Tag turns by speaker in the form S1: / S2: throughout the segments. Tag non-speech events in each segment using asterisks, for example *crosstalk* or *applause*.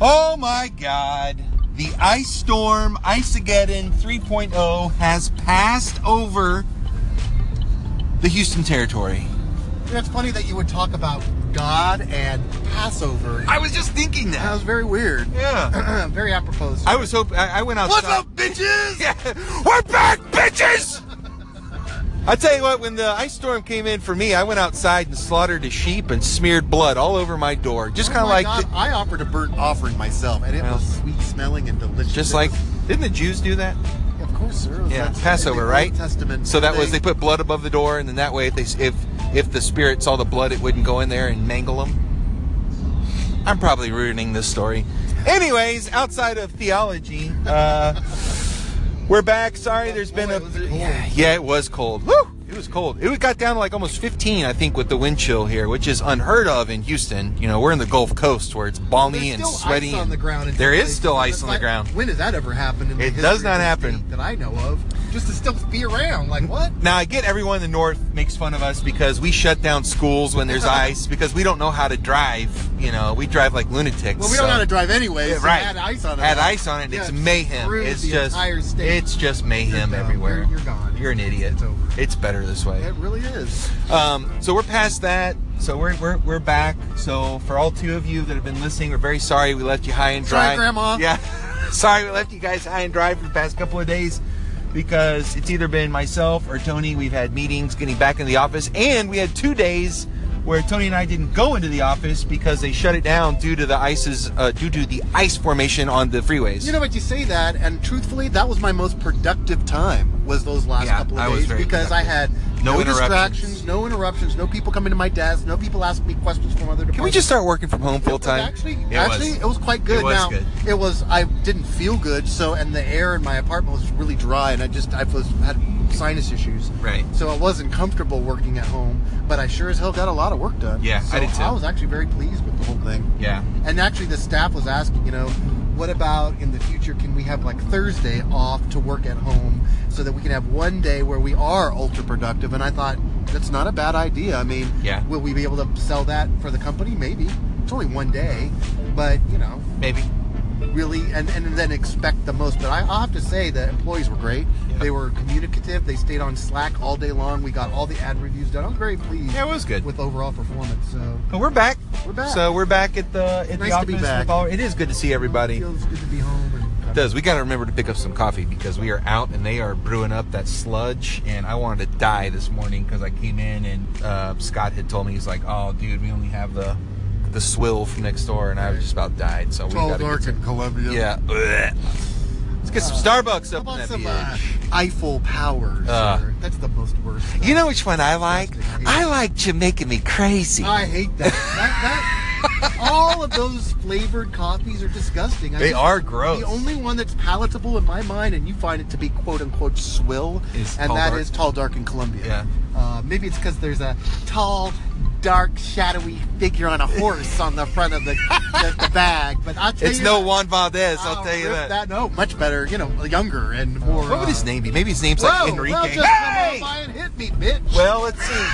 S1: Oh my God. The ice storm, Iceageddon 3.0 has passed over the Houston territory.
S2: You know, it's funny that you would talk about God and Passover.
S1: I was just thinking
S2: That
S1: that.
S2: was very weird. *clears throat*
S1: Yeah.
S2: very apropos.
S1: I was hoping, I, I went outside.
S2: What's up, bitches?
S1: Yeah. *laughs* We're back, bitches! I tell you what, when the ice storm came in for me, I went outside and slaughtered a sheep and smeared blood all over my door. Just kind
S2: Oh
S1: of
S2: my
S1: like,
S2: God, I offered a burnt offering myself, and it
S1: Yeah.
S2: was sweet smelling and delicious.
S1: just
S2: It
S1: like,
S2: was-
S1: didn't the Jews do that?
S2: of course, sir. It was
S1: Yeah,
S2: that's-
S1: Passover,
S2: in the
S1: right?
S2: Old Testament.
S1: So that was they
S2: thing.
S1: put blood above the door, and then that way, if they if if the spirit saw the blood, it wouldn't go in there and mangle them. I'm probably ruining this story. Anyways, outside of theology, uh, we're back. Sorry, there's been
S2: Boy,
S1: a
S2: was it cold.
S1: yeah, yeah, it was cold. Woo! It was cold. It got down to like almost 15, I think, with the wind chill here, which is unheard of in Houston. You know, we're in the Gulf Coast where it's balmy
S2: There's
S1: and
S2: still
S1: sweaty.
S2: Ice on
S1: and-
S2: the ground. in
S1: there
S2: some
S1: is still
S2: places.
S1: ice
S2: It's
S1: on the
S2: like,
S1: ground.
S2: When has that ever happened? In the
S1: It does
S2: history of
S1: not
S2: this
S1: happen. Mm-hmm.
S2: state that I know of. Just to still be around, like what?
S1: Now I get everyone in the north makes fun of us because we shut down schools when
S2: *laughs*
S1: there's ice because we don't know how to drive. You know, we drive like lunatics.
S2: Well, we don't
S1: so-
S2: know how to drive
S1: *laughs*
S2: anyway.
S1: Yeah,
S2: so
S1: right.
S2: Add ice on it.
S1: Add ice on it.
S2: Yeah,
S1: it's mayhem.
S2: screws
S1: It's
S2: the
S1: just
S2: entire state.
S1: it's just mayhem
S2: dumb.
S1: everywhere.
S2: You're- you're gone.
S1: You're an idiot.
S2: It's over.
S1: It's better this way.
S2: It really is.
S1: Um, so we're past that. So we're, we're we're back. So for all two of you that have been listening, we're very sorry we left you high and dry.
S2: Sorry, Grandma.
S1: Yeah, *laughs* sorry we left you guys high and dry for the past couple of days because it's either been myself or Tony. We've had meetings getting back in the office, and we had two days where Tony and I didn't go into the office because they shut it down due to the ice's uh, due to the ice formation on the freeways.
S2: You know what? You say that, and truthfully, that was my most productive time. Was those last
S1: Yeah,
S2: couple of
S1: I was
S2: days
S1: very
S2: because I had
S1: No interruptions.
S2: distractions, no interruptions, no people coming to my desk, no people asking me questions from other departments.
S1: can we just start working from home full
S2: It was
S1: time?
S2: Actually, actually, it was quite good.
S1: It was
S2: now,
S1: good.
S2: it was. I didn't feel good, so and the air in my apartment was really dry, and I just I was had sinus issues.
S1: Right.
S2: So I wasn't comfortable working at home, but I sure as hell got a lot of work done.
S1: Yeah, I
S2: so
S1: did too.
S2: I was actually very pleased with the whole thing.
S1: Yeah.
S2: And actually, the staff was asking, you know, what about in the future? Can we have like Thursday off to work at home so that we can have one day where we are ultra productive? And I thought that's not a bad idea. I mean,
S1: Yeah.
S2: will we be able to sell that for the company? Maybe. It's only one day, but you know,
S1: Maybe.
S2: really, and, and then expect the most. But I, I'll have to say the employees were great.
S1: Yeah.
S2: They were communicative. They stayed on Slack all day long. We got all the ad reviews done. I'm very pleased
S1: Yeah, it was good.
S2: with overall performance. So
S1: But we're back.
S2: We're back.
S1: So we're back at the at the
S2: Nice
S1: office.
S2: to be
S1: with
S2: back.
S1: all- it is good to see everybody.
S2: it feels good to be home. And
S1: It does. We got to remember to pick up some coffee because we are out and they are brewing up that sludge. And I wanted to die this morning because I came in and uh, Scott had told me he's like, "Oh, dude, we only have the the swill from next door," and I was just about died. So we got to
S2: Twelve
S1: get
S2: North
S1: some.
S2: in Columbia.
S1: Yeah. Blech. Let's get some Starbucks
S2: How
S1: up in
S2: about
S1: that
S2: some uh,
S1: bitch.
S2: Eiffel Power?
S1: Uh.
S2: sir? That's the most worst. stuff.
S1: You know which one I like?
S2: Disgusting.
S1: I like Jamaican Me Crazy.
S2: I hate
S1: *laughs*
S2: that. that, that all of those flavored coffees are disgusting. I
S1: They
S2: just-
S1: are gross.
S2: The only one that's palatable in my mind, and you find it to be quote unquote swill,
S1: Is
S2: and
S1: tall,
S2: that
S1: dark.
S2: is tall, dark, in Colombia.
S1: Yeah.
S2: Uh, maybe it's because there's a tall, dark, shadowy figure on a horse on the front of the, the, the bag. But I'll tell
S1: it's
S2: you
S1: no
S2: that-
S1: Juan Valdez. I'll, tell you
S2: rip
S1: that.
S2: No, much better. You know, younger and more.
S1: What would his
S2: uh,
S1: name be? Maybe his name's
S2: Whoa,
S1: like Enrique.
S2: Well, just
S1: Hey!
S2: come on by and hit me, bitch.
S1: Well, let's see.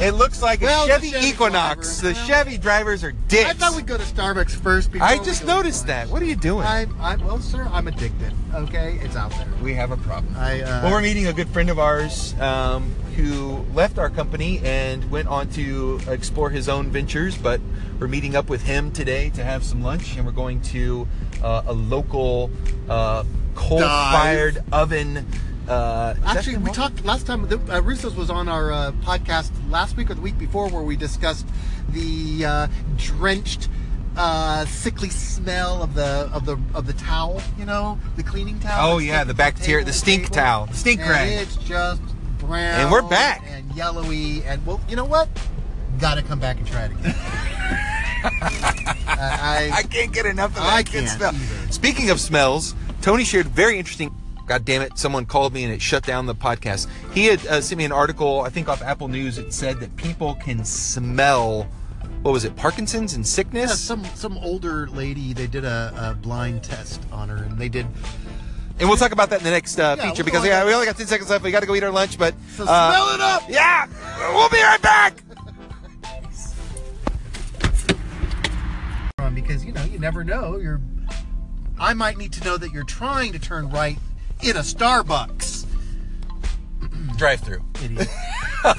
S1: It looks like a
S2: Well, the
S1: Chevy,
S2: Chevy
S1: Equinox.
S2: driver.
S1: The
S2: Well,
S1: Chevy drivers are dicks.
S2: I thought we'd go to Starbucks first. Before
S1: I
S2: we
S1: just
S2: go to
S1: noticed
S2: lunch.
S1: that. What are you doing?
S2: I'm, I'm, well, sir, I'm addicted. Okay, it's out there.
S1: we have a problem.
S2: I. Uh,
S1: well, we're meeting a good friend of ours um, who left our company and went on to explore his own ventures. But we're meeting up with him today to have some lunch, and we're going to uh, a local uh, coal-fired oven. Uh, is that
S2: Actually,
S1: the
S2: we
S1: one?
S2: talked last time. the- Uh, Russo's was on our uh, podcast last week or the week before, where we discussed the uh, drenched, uh, sickly smell of the of the of the towel. You know, the cleaning towel.
S1: Oh,
S2: that
S1: yeah,
S2: sticks
S1: the
S2: to
S1: bacteria-
S2: table,
S1: the stink
S2: table.
S1: towel, the stink
S2: And
S1: rag.
S2: It's just brown.
S1: And we're back.
S2: And yellowy. And well, you know what? Got to come back and try it
S1: *laughs*
S2: again. Uh, I,
S1: I can't get enough of that
S2: I
S1: good
S2: can't
S1: smell.
S2: either.
S1: Speaking of smells, Tony shared very interesting. God damn it! Someone called me and it shut down the podcast. He had uh, sent me an article, I think off Apple News. It said that people can smell. What was it? Parkinson's and sickness.
S2: Yeah, some some older lady. They did a, a blind test on her, and they did.
S1: and we'll talk about that in the next uh,
S2: Yeah,
S1: feature
S2: we'll
S1: because
S2: go
S1: yeah,
S2: on.
S1: we only got ten seconds left. We got to go eat our lunch, but
S2: So
S1: uh,
S2: smell it up.
S1: Yeah, we'll be right back.
S2: on because because you know you never know. You're I might need to know that you're trying to turn right in a Starbucks.
S1: Drive through.
S2: *laughs* Idiot. God,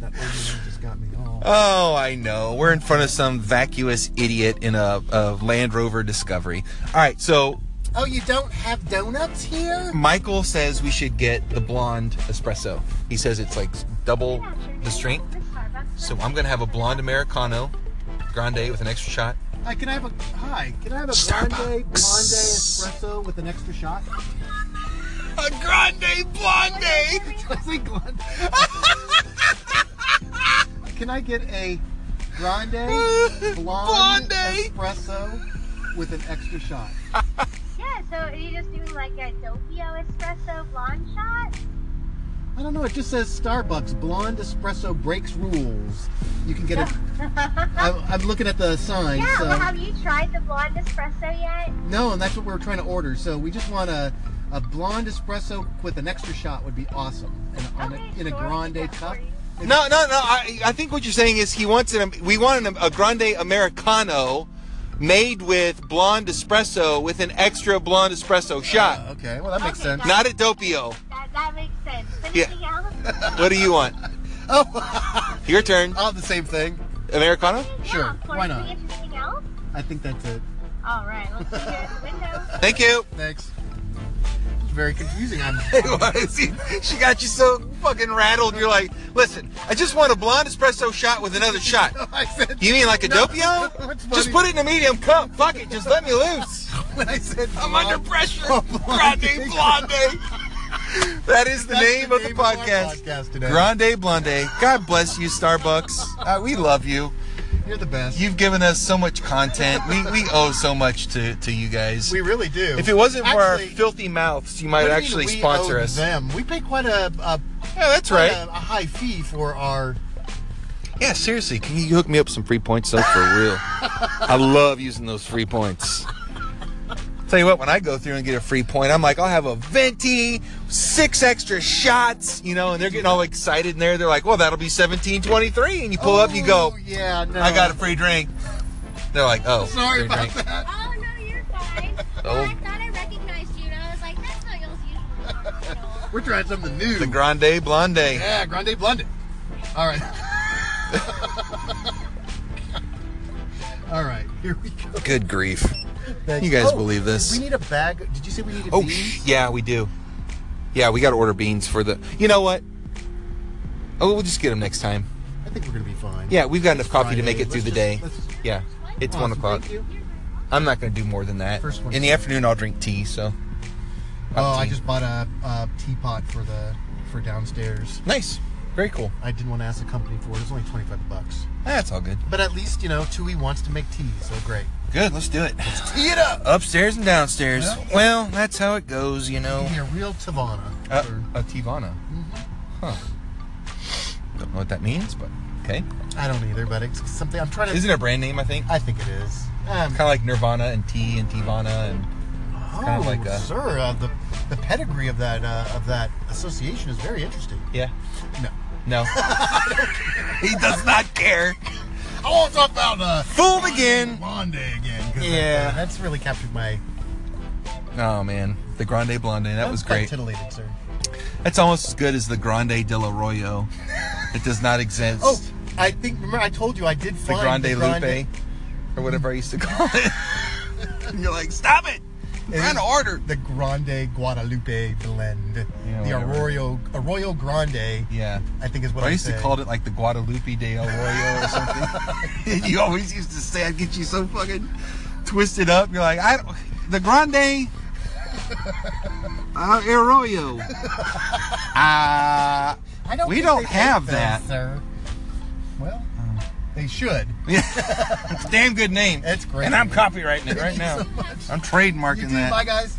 S2: that old man just got me all.
S1: Oh, I know. We're in front of some vacuous idiot in a, a Land Rover Discovery. All right, so
S2: Oh, you don't have donuts here?
S1: Michael says we should get the blonde espresso. He says it's like double the strength. So I'm gonna have a blonde americano, grande with an extra shot.
S2: Hi, can I have a hi? Can I have a
S1: Starbucks.
S2: grande, grande espresso with an extra shot? *laughs*
S1: A grande blonde.
S2: Did I say grande? can I get a *laughs* grande blonde
S1: Blonde.
S2: espresso with an extra shot?
S3: Yeah, so are you just doing like a Doppio espresso blonde shot?
S2: I don't know. It just says Starbucks blonde espresso breaks rules. You can
S3: *laughs*
S2: get it. I'm, I'm looking at the sign.
S3: Yeah,
S2: so
S3: well, have you tried the blonde espresso yet?
S2: no, and that's what we we're trying to order. So we just want a, a blonde espresso with an extra shot would be awesome. And on
S3: Okay,
S2: a, in a
S3: sure, I'll get
S2: grande
S3: that
S2: cup.
S3: for you.
S1: *laughs* No, no, no. I, I think what you're saying is he wants an. We want an, a grande americano, made with blonde espresso with an extra blonde espresso
S2: Uh,
S1: shot.
S2: okay, well that makes
S3: Okay,
S2: sense.
S3: guys.
S1: Not a dopio.
S3: That, that makes sense.
S1: Yeah.
S3: Anything
S2: *laughs*
S3: else?
S1: What do you *laughs* want?
S2: Oh,
S1: Your turn.
S2: I'll have the same thing.
S1: Americano.
S2: Sure,
S3: Yeah, of course.
S2: why
S3: Do
S2: not?
S3: we get anything else?
S2: I think that's it.
S3: All right, let's leave it at
S2: *laughs*
S3: the window.
S1: Thank you.
S2: Thanks. It's very confusing. I'm. *laughs*
S1: *laughs* It was. He- She got you so fucking rattled. You're like, listen, I just want a blonde espresso shot with another shot.
S2: I said
S1: You mean like a
S2: No, it's
S1: dopio? Just
S2: funny.
S1: put it in a medium cup. Fuck it. Just let me loose.
S2: *laughs* when I said
S1: I'm
S2: blonde-
S1: under pressure.
S2: Oh,
S1: *laughs* Grande
S2: blonde.
S1: Blonde. That is the
S2: That's
S1: name of the
S2: our
S1: podcast.
S2: podcast today.
S1: Grande Blonde. God bless you, Starbucks. Uh, we love you.
S2: You're the best.
S1: You've given us so much content. We, we owe so much to, to you guys.
S2: we really do.
S1: If it wasn't for our
S2: Actually,
S1: filthy mouths, you
S2: what
S1: might
S2: do you mean
S1: actually
S2: we
S1: sponsor
S2: owe
S1: us.
S2: Them. We pay quite a, a
S1: Yeah, that's
S2: quite
S1: right.
S2: a, a high fee for our.
S1: Yeah, seriously, can you hook me up some free points though for real? I love using those free points. Tell you what, when I go through and get a free point, I'm like, I'll have a venti, six extra shots, you know, and they're getting all excited in there. They're like, well, that'll be 1723. And you pull up, you go,
S2: Oh, Yeah, no.
S1: I got a free drink. They're like, oh,
S2: Sorry
S1: free
S2: about
S1: drink.
S2: that.
S4: Oh no, you're fine.
S1: Oh.
S4: Well, I thought I recognized you, and I was like, that's not y'all's
S2: *laughs*
S4: usual. Arsenal."
S2: We're trying something new.
S1: The Grande Blonde.
S2: yeah, grande blonde. All right. *laughs* All right. Here we go.
S1: Good grief.
S2: Thanks.
S1: You guys
S2: Oh,
S1: believe this?
S2: We need a bag. Did you say we needed
S1: Oh,
S2: beans?
S1: sh- yeah, we do. Yeah, we got to order beans for the. You know what? Oh, we'll just get them next time.
S2: I think we're gonna be fine.
S1: Yeah, we've got enough coffee to
S2: Friday.
S1: make it through
S2: Let's
S1: the day.
S2: just- let's just-
S1: Yeah, it's
S2: Awesome,
S1: one o'clock.
S2: thank you.
S1: I'm not going to do more than that.
S2: First one.
S1: In the afternoon, I'll drink tea. So.
S2: Oh,
S1: Hot
S2: I
S1: tea.
S2: just bought a, a teapot for the for downstairs.
S1: nice. Very cool.
S2: I didn't want to ask the company for it. It's only twenty five bucks.
S1: That's all good.
S2: But at least you know Tui wants to make tea, so great.
S1: Good. Let's do it. *laughs*
S2: Tee it up.
S1: Upstairs and downstrs.
S2: Yeah.
S1: Well, that's how it goes, you know.
S2: Give me a real Tavana.
S1: Uh,
S2: Or-
S1: a Tivana. Huh. Don't know what that means, but okay.
S2: I don't either, but it's something I'm trying to.
S1: Isn't it a brand name? I think.
S2: I think it is. Um,
S1: Kind of like Nirvana and Tea and Tivana and.
S2: oh,
S1: kind of like a-
S2: sir, uh, the the pedigree of that uh, of that association is very interesting.
S1: Yeah.
S2: No. *laughs*
S1: No. he does not care.
S2: I want to talk about uh,
S1: Fooled again.
S2: Blonde again. 'cause
S1: Yeah.
S2: that- uh, that's really captured my.
S1: Oh man, the Grande Blonde. That
S2: I'm
S1: was
S2: quite
S1: great.
S2: Titillated, sir.
S1: That's almost as good as the Grande del Arroyo. It does not exist.
S2: Oh, I think. Remember, I told you I did
S1: the
S2: find
S1: Grande
S2: the
S1: Lupe, or whatever I used to call it. *laughs* and you're like, stop it! I'm
S2: It
S1: trying to
S2: is-
S1: order.
S2: the Grande Guadalupe blend.
S1: Yeah,
S2: the
S1: whatever.
S2: Arroyo Arroyo Grande,
S1: Yeah.
S2: I think is what
S1: Or I
S2: I
S1: used to
S2: say.
S1: call it like the Guadalupe de Arroyo or something. *laughs* and you always used to say, I'd get you so fucking twisted up. You're like, I don't, the Grande uh, Arroyo. Ah.
S2: I don't Uh,
S1: we
S2: think
S1: don't
S2: they make
S1: have
S2: those,
S1: that.
S2: sir. Well, they should.
S1: Yeah. it's a damn good name.
S2: It's great.
S1: And I'm copywriting it right
S2: *laughs*
S1: now. I'm trademarking
S2: You do,
S1: that.
S2: my guys.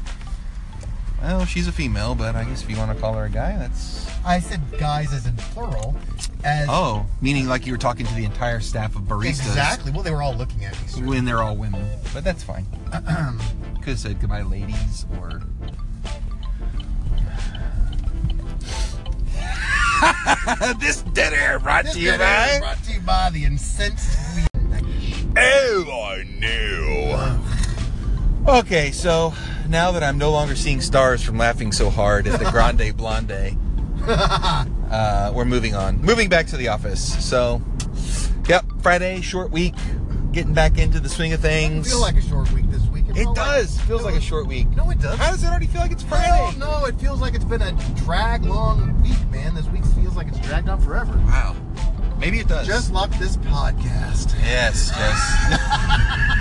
S1: Well, she's a female, but I guess if you want to call her a guy, that's.
S2: I said guys as in plural. As
S1: Oh, meaning like you were talking to the entire staff of baristas
S2: exactly. Well, they were all looking at me. Sir.
S1: when they're all women. But that's fine. Could have said goodbye, ladies, or. *laughs* this dead air brought
S2: This
S1: to you
S2: video is
S1: by.
S2: brought to you by the incensed. Weed. Oh,
S1: Okay, so now that I'm no longer seeing stars from laughing so hard at
S2: *laughs*
S1: the Grande Blonde, uh, we're moving on. Moving back to the office. So, yep, Friday, short week, getting back into the swing of
S2: I
S1: things.
S2: feel like a short week this week.
S1: it
S2: felt like-
S1: does. Feels like a short week.
S2: No, it does.
S1: How does it already feel like it's
S2: I
S1: Friday?
S2: don't know. It feels like it's been a drag long week, man. This week feels like it's dragged on forever.
S1: Wow. Maybe it does.
S2: Just lock this podcast.
S1: yes, yes.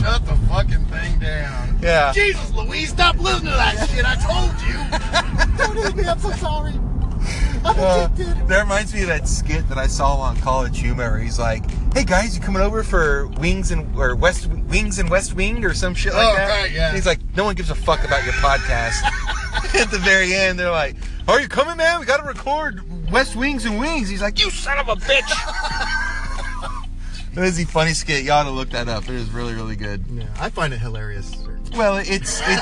S2: Shut the fucking thing down.
S1: *laughs* Yeah.
S2: Jesus, Louise, stop listening to that shit. I told you. *laughs* Don't hit me. I'm so sorry. I'm
S1: Uh,
S2: addicted.
S1: that reminds me of that skit that I saw on College Humor. Where he's like, "Hey guys, you coming over for wings and or West Wings and West Wing or some shit like
S2: Oh,
S1: that?"
S2: right, yeah.
S1: And he's like, "No one gives a fuck about your podcast." *laughs* At the very end, they're like, "Are you coming, man? We got to record West Wings and Wings." He's like, "You son of a
S2: *laughs*
S1: bitch." That is a funny skit. Y'all ought to look that up. It is really, really good.
S2: Yeah, I find it hilarious. sir.
S1: Well, it's it's. I,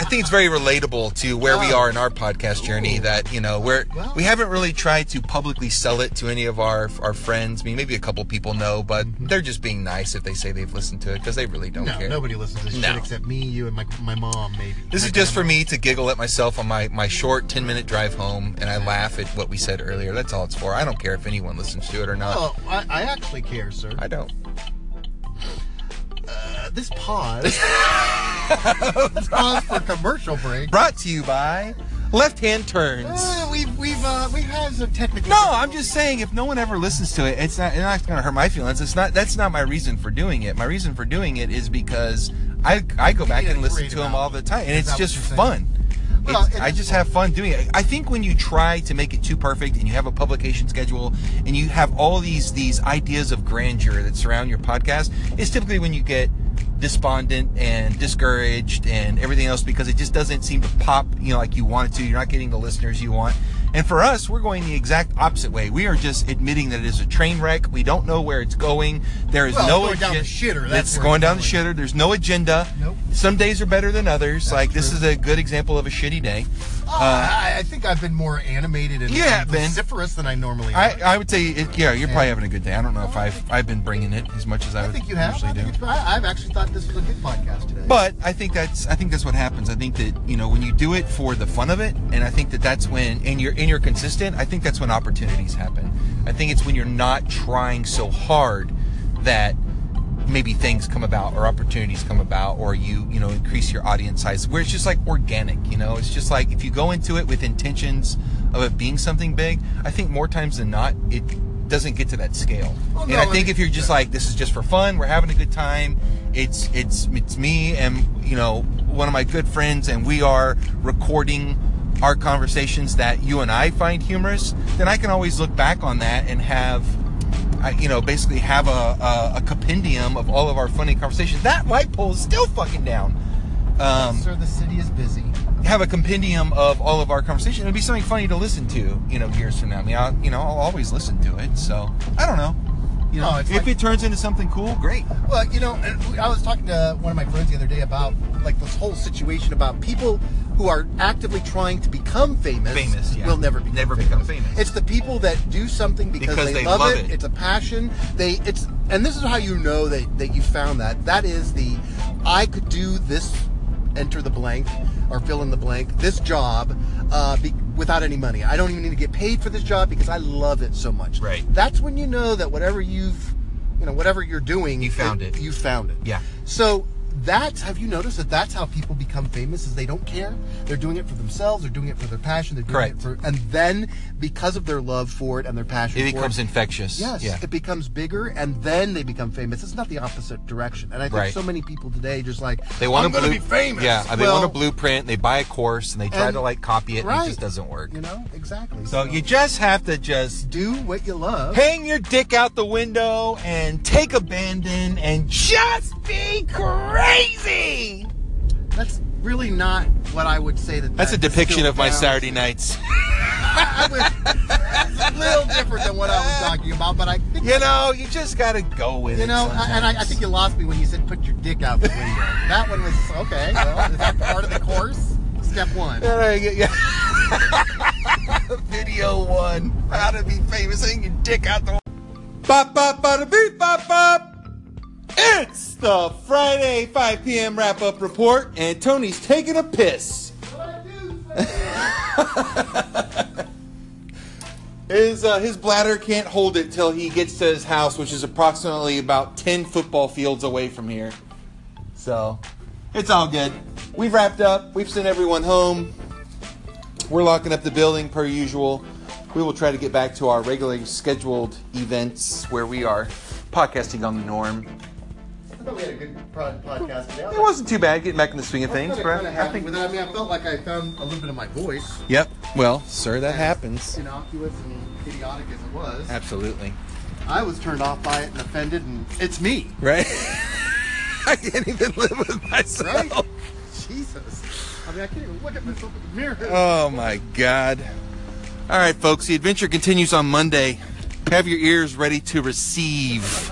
S1: I think it's very relatable to where we are in our podcast journey. That you know, we're
S2: Oh. Well-
S1: we haven't really tried to publicly sell it to any of our our friends. I mean, maybe a couple people know, but they're just being nice if they say they've listened to it because they really don't
S2: Mm-hmm. No,
S1: care.
S2: nobody listens to this
S1: No.
S2: shit except me, you, and my, my mom, maybe.
S1: This
S2: My
S1: is just for
S2: grandma.
S1: me to giggle at myself on my, my short 10 minute drive home, and I laugh at what we said earlier. That's all it's for. I don't care if anyone listens to it or not.
S2: Oh, I, I actually care, sir.
S1: I don't.
S2: Uh, this
S1: *laughs*
S2: pause. Let's pause for commercial break.
S1: Brought to you by Left Hand Turns.
S2: Uh, we've we've uh, we have some technical.
S1: No, I'm just saying if no one ever listens to it, it's not it's not going to hurt my feelings. It's not that's not my reason for doing it. My reason for doing it is because I I go back
S2: need
S1: and
S2: a
S1: listen to
S2: creative
S1: them all the time, and
S2: Is
S1: it's
S2: that
S1: just
S2: what you're
S1: fun.
S2: saying? Well,
S1: It's-
S2: it
S1: I
S2: is
S1: just
S2: fun.
S1: have fun doing it. I think when you try to make it too perfect and you have a publication schedule and you have all these these ideas of grandeur that surround your podcast, it's typically when you get despondent and discouraged and everything else because it just doesn't seem to pop, you know, like you want it to. You're not getting the listeners you want. And for us, we're going the exact opposite way. We are just admitting that it is a train wreck. We don't know where it's going. There is
S2: Well,
S1: no
S2: it's going down the shitter, that's
S1: It's
S2: where
S1: going
S2: it's
S1: down the
S2: going.
S1: shitter shitter. There's no agenda.
S2: Nope.
S1: Some days are better than others.
S2: That's
S1: like this
S2: true.
S1: is a good example of a shitty day.
S2: Oh, I, I think I've been more animated and,
S1: Yeah,
S2: and
S1: Ben.
S2: vociferous than I normally.
S1: I,
S2: am.
S1: I would say it, yeah, you're probably
S2: Yeah.
S1: having a good day. I don't know if I've I've been bringing it as much as I,
S2: I
S1: would
S2: think you have.
S1: usually
S2: I
S1: do.
S2: think it's, I, I've actually thought this was a good podcast today.
S1: But I think that's I think that's what happens. I think that you know when you do it for the fun of it, and I think that that's when and you're and you're consistent. I think that's when opportunities happen. I think it's when you're not trying so hard that maybe things come about or opportunities come about or you you know increase your audience size where it's just like organic you know it's just like if you go into it with intentions of it being something big i think more times than not it doesn't get to that scale
S2: Well,
S1: and
S2: no,
S1: i
S2: I
S1: think
S2: mean-
S1: if you're just like this is just for fun we're having a good time it's it's it's me and you know one of my good friends and we are recording our conversations that you and i find humorous then i can always look back on that and have I, you know basically have a, a, a compendium of all of our funny conversations that light pole is still fucking down um,
S2: sir, the city is busy.
S1: have a compendium of all of our conversation. It'll be something funny to listen to, you know, years from now. I mean, I'll, you know, I'll always listen to it. So I don't know. You know,
S2: Oh, it's
S1: if
S2: like-
S1: it turns into something cool, great.
S2: Well, you know, and I was talking to one of my friends the other day about like this whole situation about people who are actively trying to become famous.
S1: Famous, yeah.
S2: will never become
S1: Never
S2: famous.
S1: become famous.
S2: It's the people that do something because,
S1: Because
S2: they,
S1: they
S2: love,
S1: love
S2: it.
S1: it.
S2: It's a passion. They it's and this is how you know that that you found that. That is the I could do this. Enter the blank or fill in the blank. This job, uh, be, without any money. I don't even need to get paid for this job because I love it so much.
S1: Right.
S2: That's when you know that whatever you've, you know, whatever you're doing,
S1: You found it.
S2: You found it.
S1: Yeah.
S2: So that's have you noticed that that's how people become famous is they don't care. They're doing it for themselves. They're doing it for their passion. They're doing
S1: Correct.
S2: it for, and then because of their love for it and their passion,
S1: It
S2: for
S1: becomes infectious.
S2: Yes,
S1: Yeah.
S2: it becomes bigger, and then they become famous. It's not the opposite direction, and I think
S1: Right.
S2: so many people today just like
S1: They want
S2: I'm
S1: a
S2: gonna
S1: blue-
S2: be famous.
S1: Yeah. They
S2: Well,
S1: want a blueprint. They buy a course and they try
S2: and-
S1: to like copy it. and
S2: right.
S1: It just doesn't work.
S2: You know exactly.
S1: So you just have to just
S2: do what you love.
S1: hang your dick out the window and take abandon and just be crazy.
S2: That's really not what I would say that.
S1: That's a
S2: that
S1: depiction
S2: still
S1: of my
S2: sounds.
S1: Saturday nights.
S2: I was- it's a little different than what I was talking about, but I think
S1: You know, you just gotta go with it.
S2: You know, I, and I, I
S1: sometimes.
S2: think you lost me when you said put your dick out the window. that one was okay. Well, is that part of the course? Step one.
S1: Yeah, *laughs* there you go, yeah. Video one. How to be famous. Hang your dick out the. Bop, bop, bada beep, bop, bop. It's the Friday 5 p.m. wrap up report, and Tony's taking a piss. *laughs* his, uh, his bladder can't hold it till he gets to his house, which is approximately about 10 football fields away from here. So, it's all good. We've wrapped up, we've sent everyone home. We're locking up the building per usual. We will try to get back to our regularly scheduled events where we are podcasting on the norm.
S2: I thought we had a good pod- podcast today.
S1: It wasn't too bad getting back in the swing of things, bro.
S2: I, think, with that, I mean, I felt like I found a little bit of my voice.
S1: Yep. Well, sir, that
S2: as
S1: happens.
S2: Innocuous and idiotic as it was,
S1: Absolutely.
S2: I was turned off by it and offended, and it's me,
S1: Right? *laughs* I can't even live with
S2: right?
S1: *laughs* myself.
S2: Jesus. I mean, I can't even look at myself in the mirror.
S1: Oh my god. All right, folks, the adventure continues on Monday. Have your ears ready to receive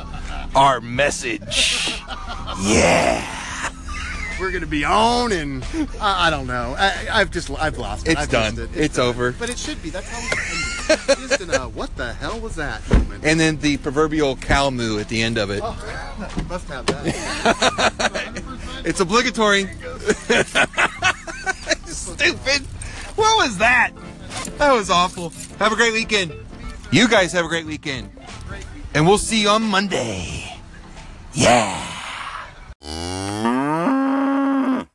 S1: our message. Yeah.
S2: We're gonna be on, and I, I don't know. I, I've just, I've lost. It.
S1: It's
S2: I've
S1: done.
S2: lost
S1: It's,
S2: it.
S1: over.
S2: But it should be. That's how
S1: *laughs*
S2: it's ended. Just in a what the hell was that moment.
S1: And then the proverbial cow moo at the end of it.
S2: Oh, must have that.
S1: It's obligatory. *laughs* Stupid. What was that? That was awful. Have a great weekend. You guys have a great weekend. And we'll see you on Monday. Yeah.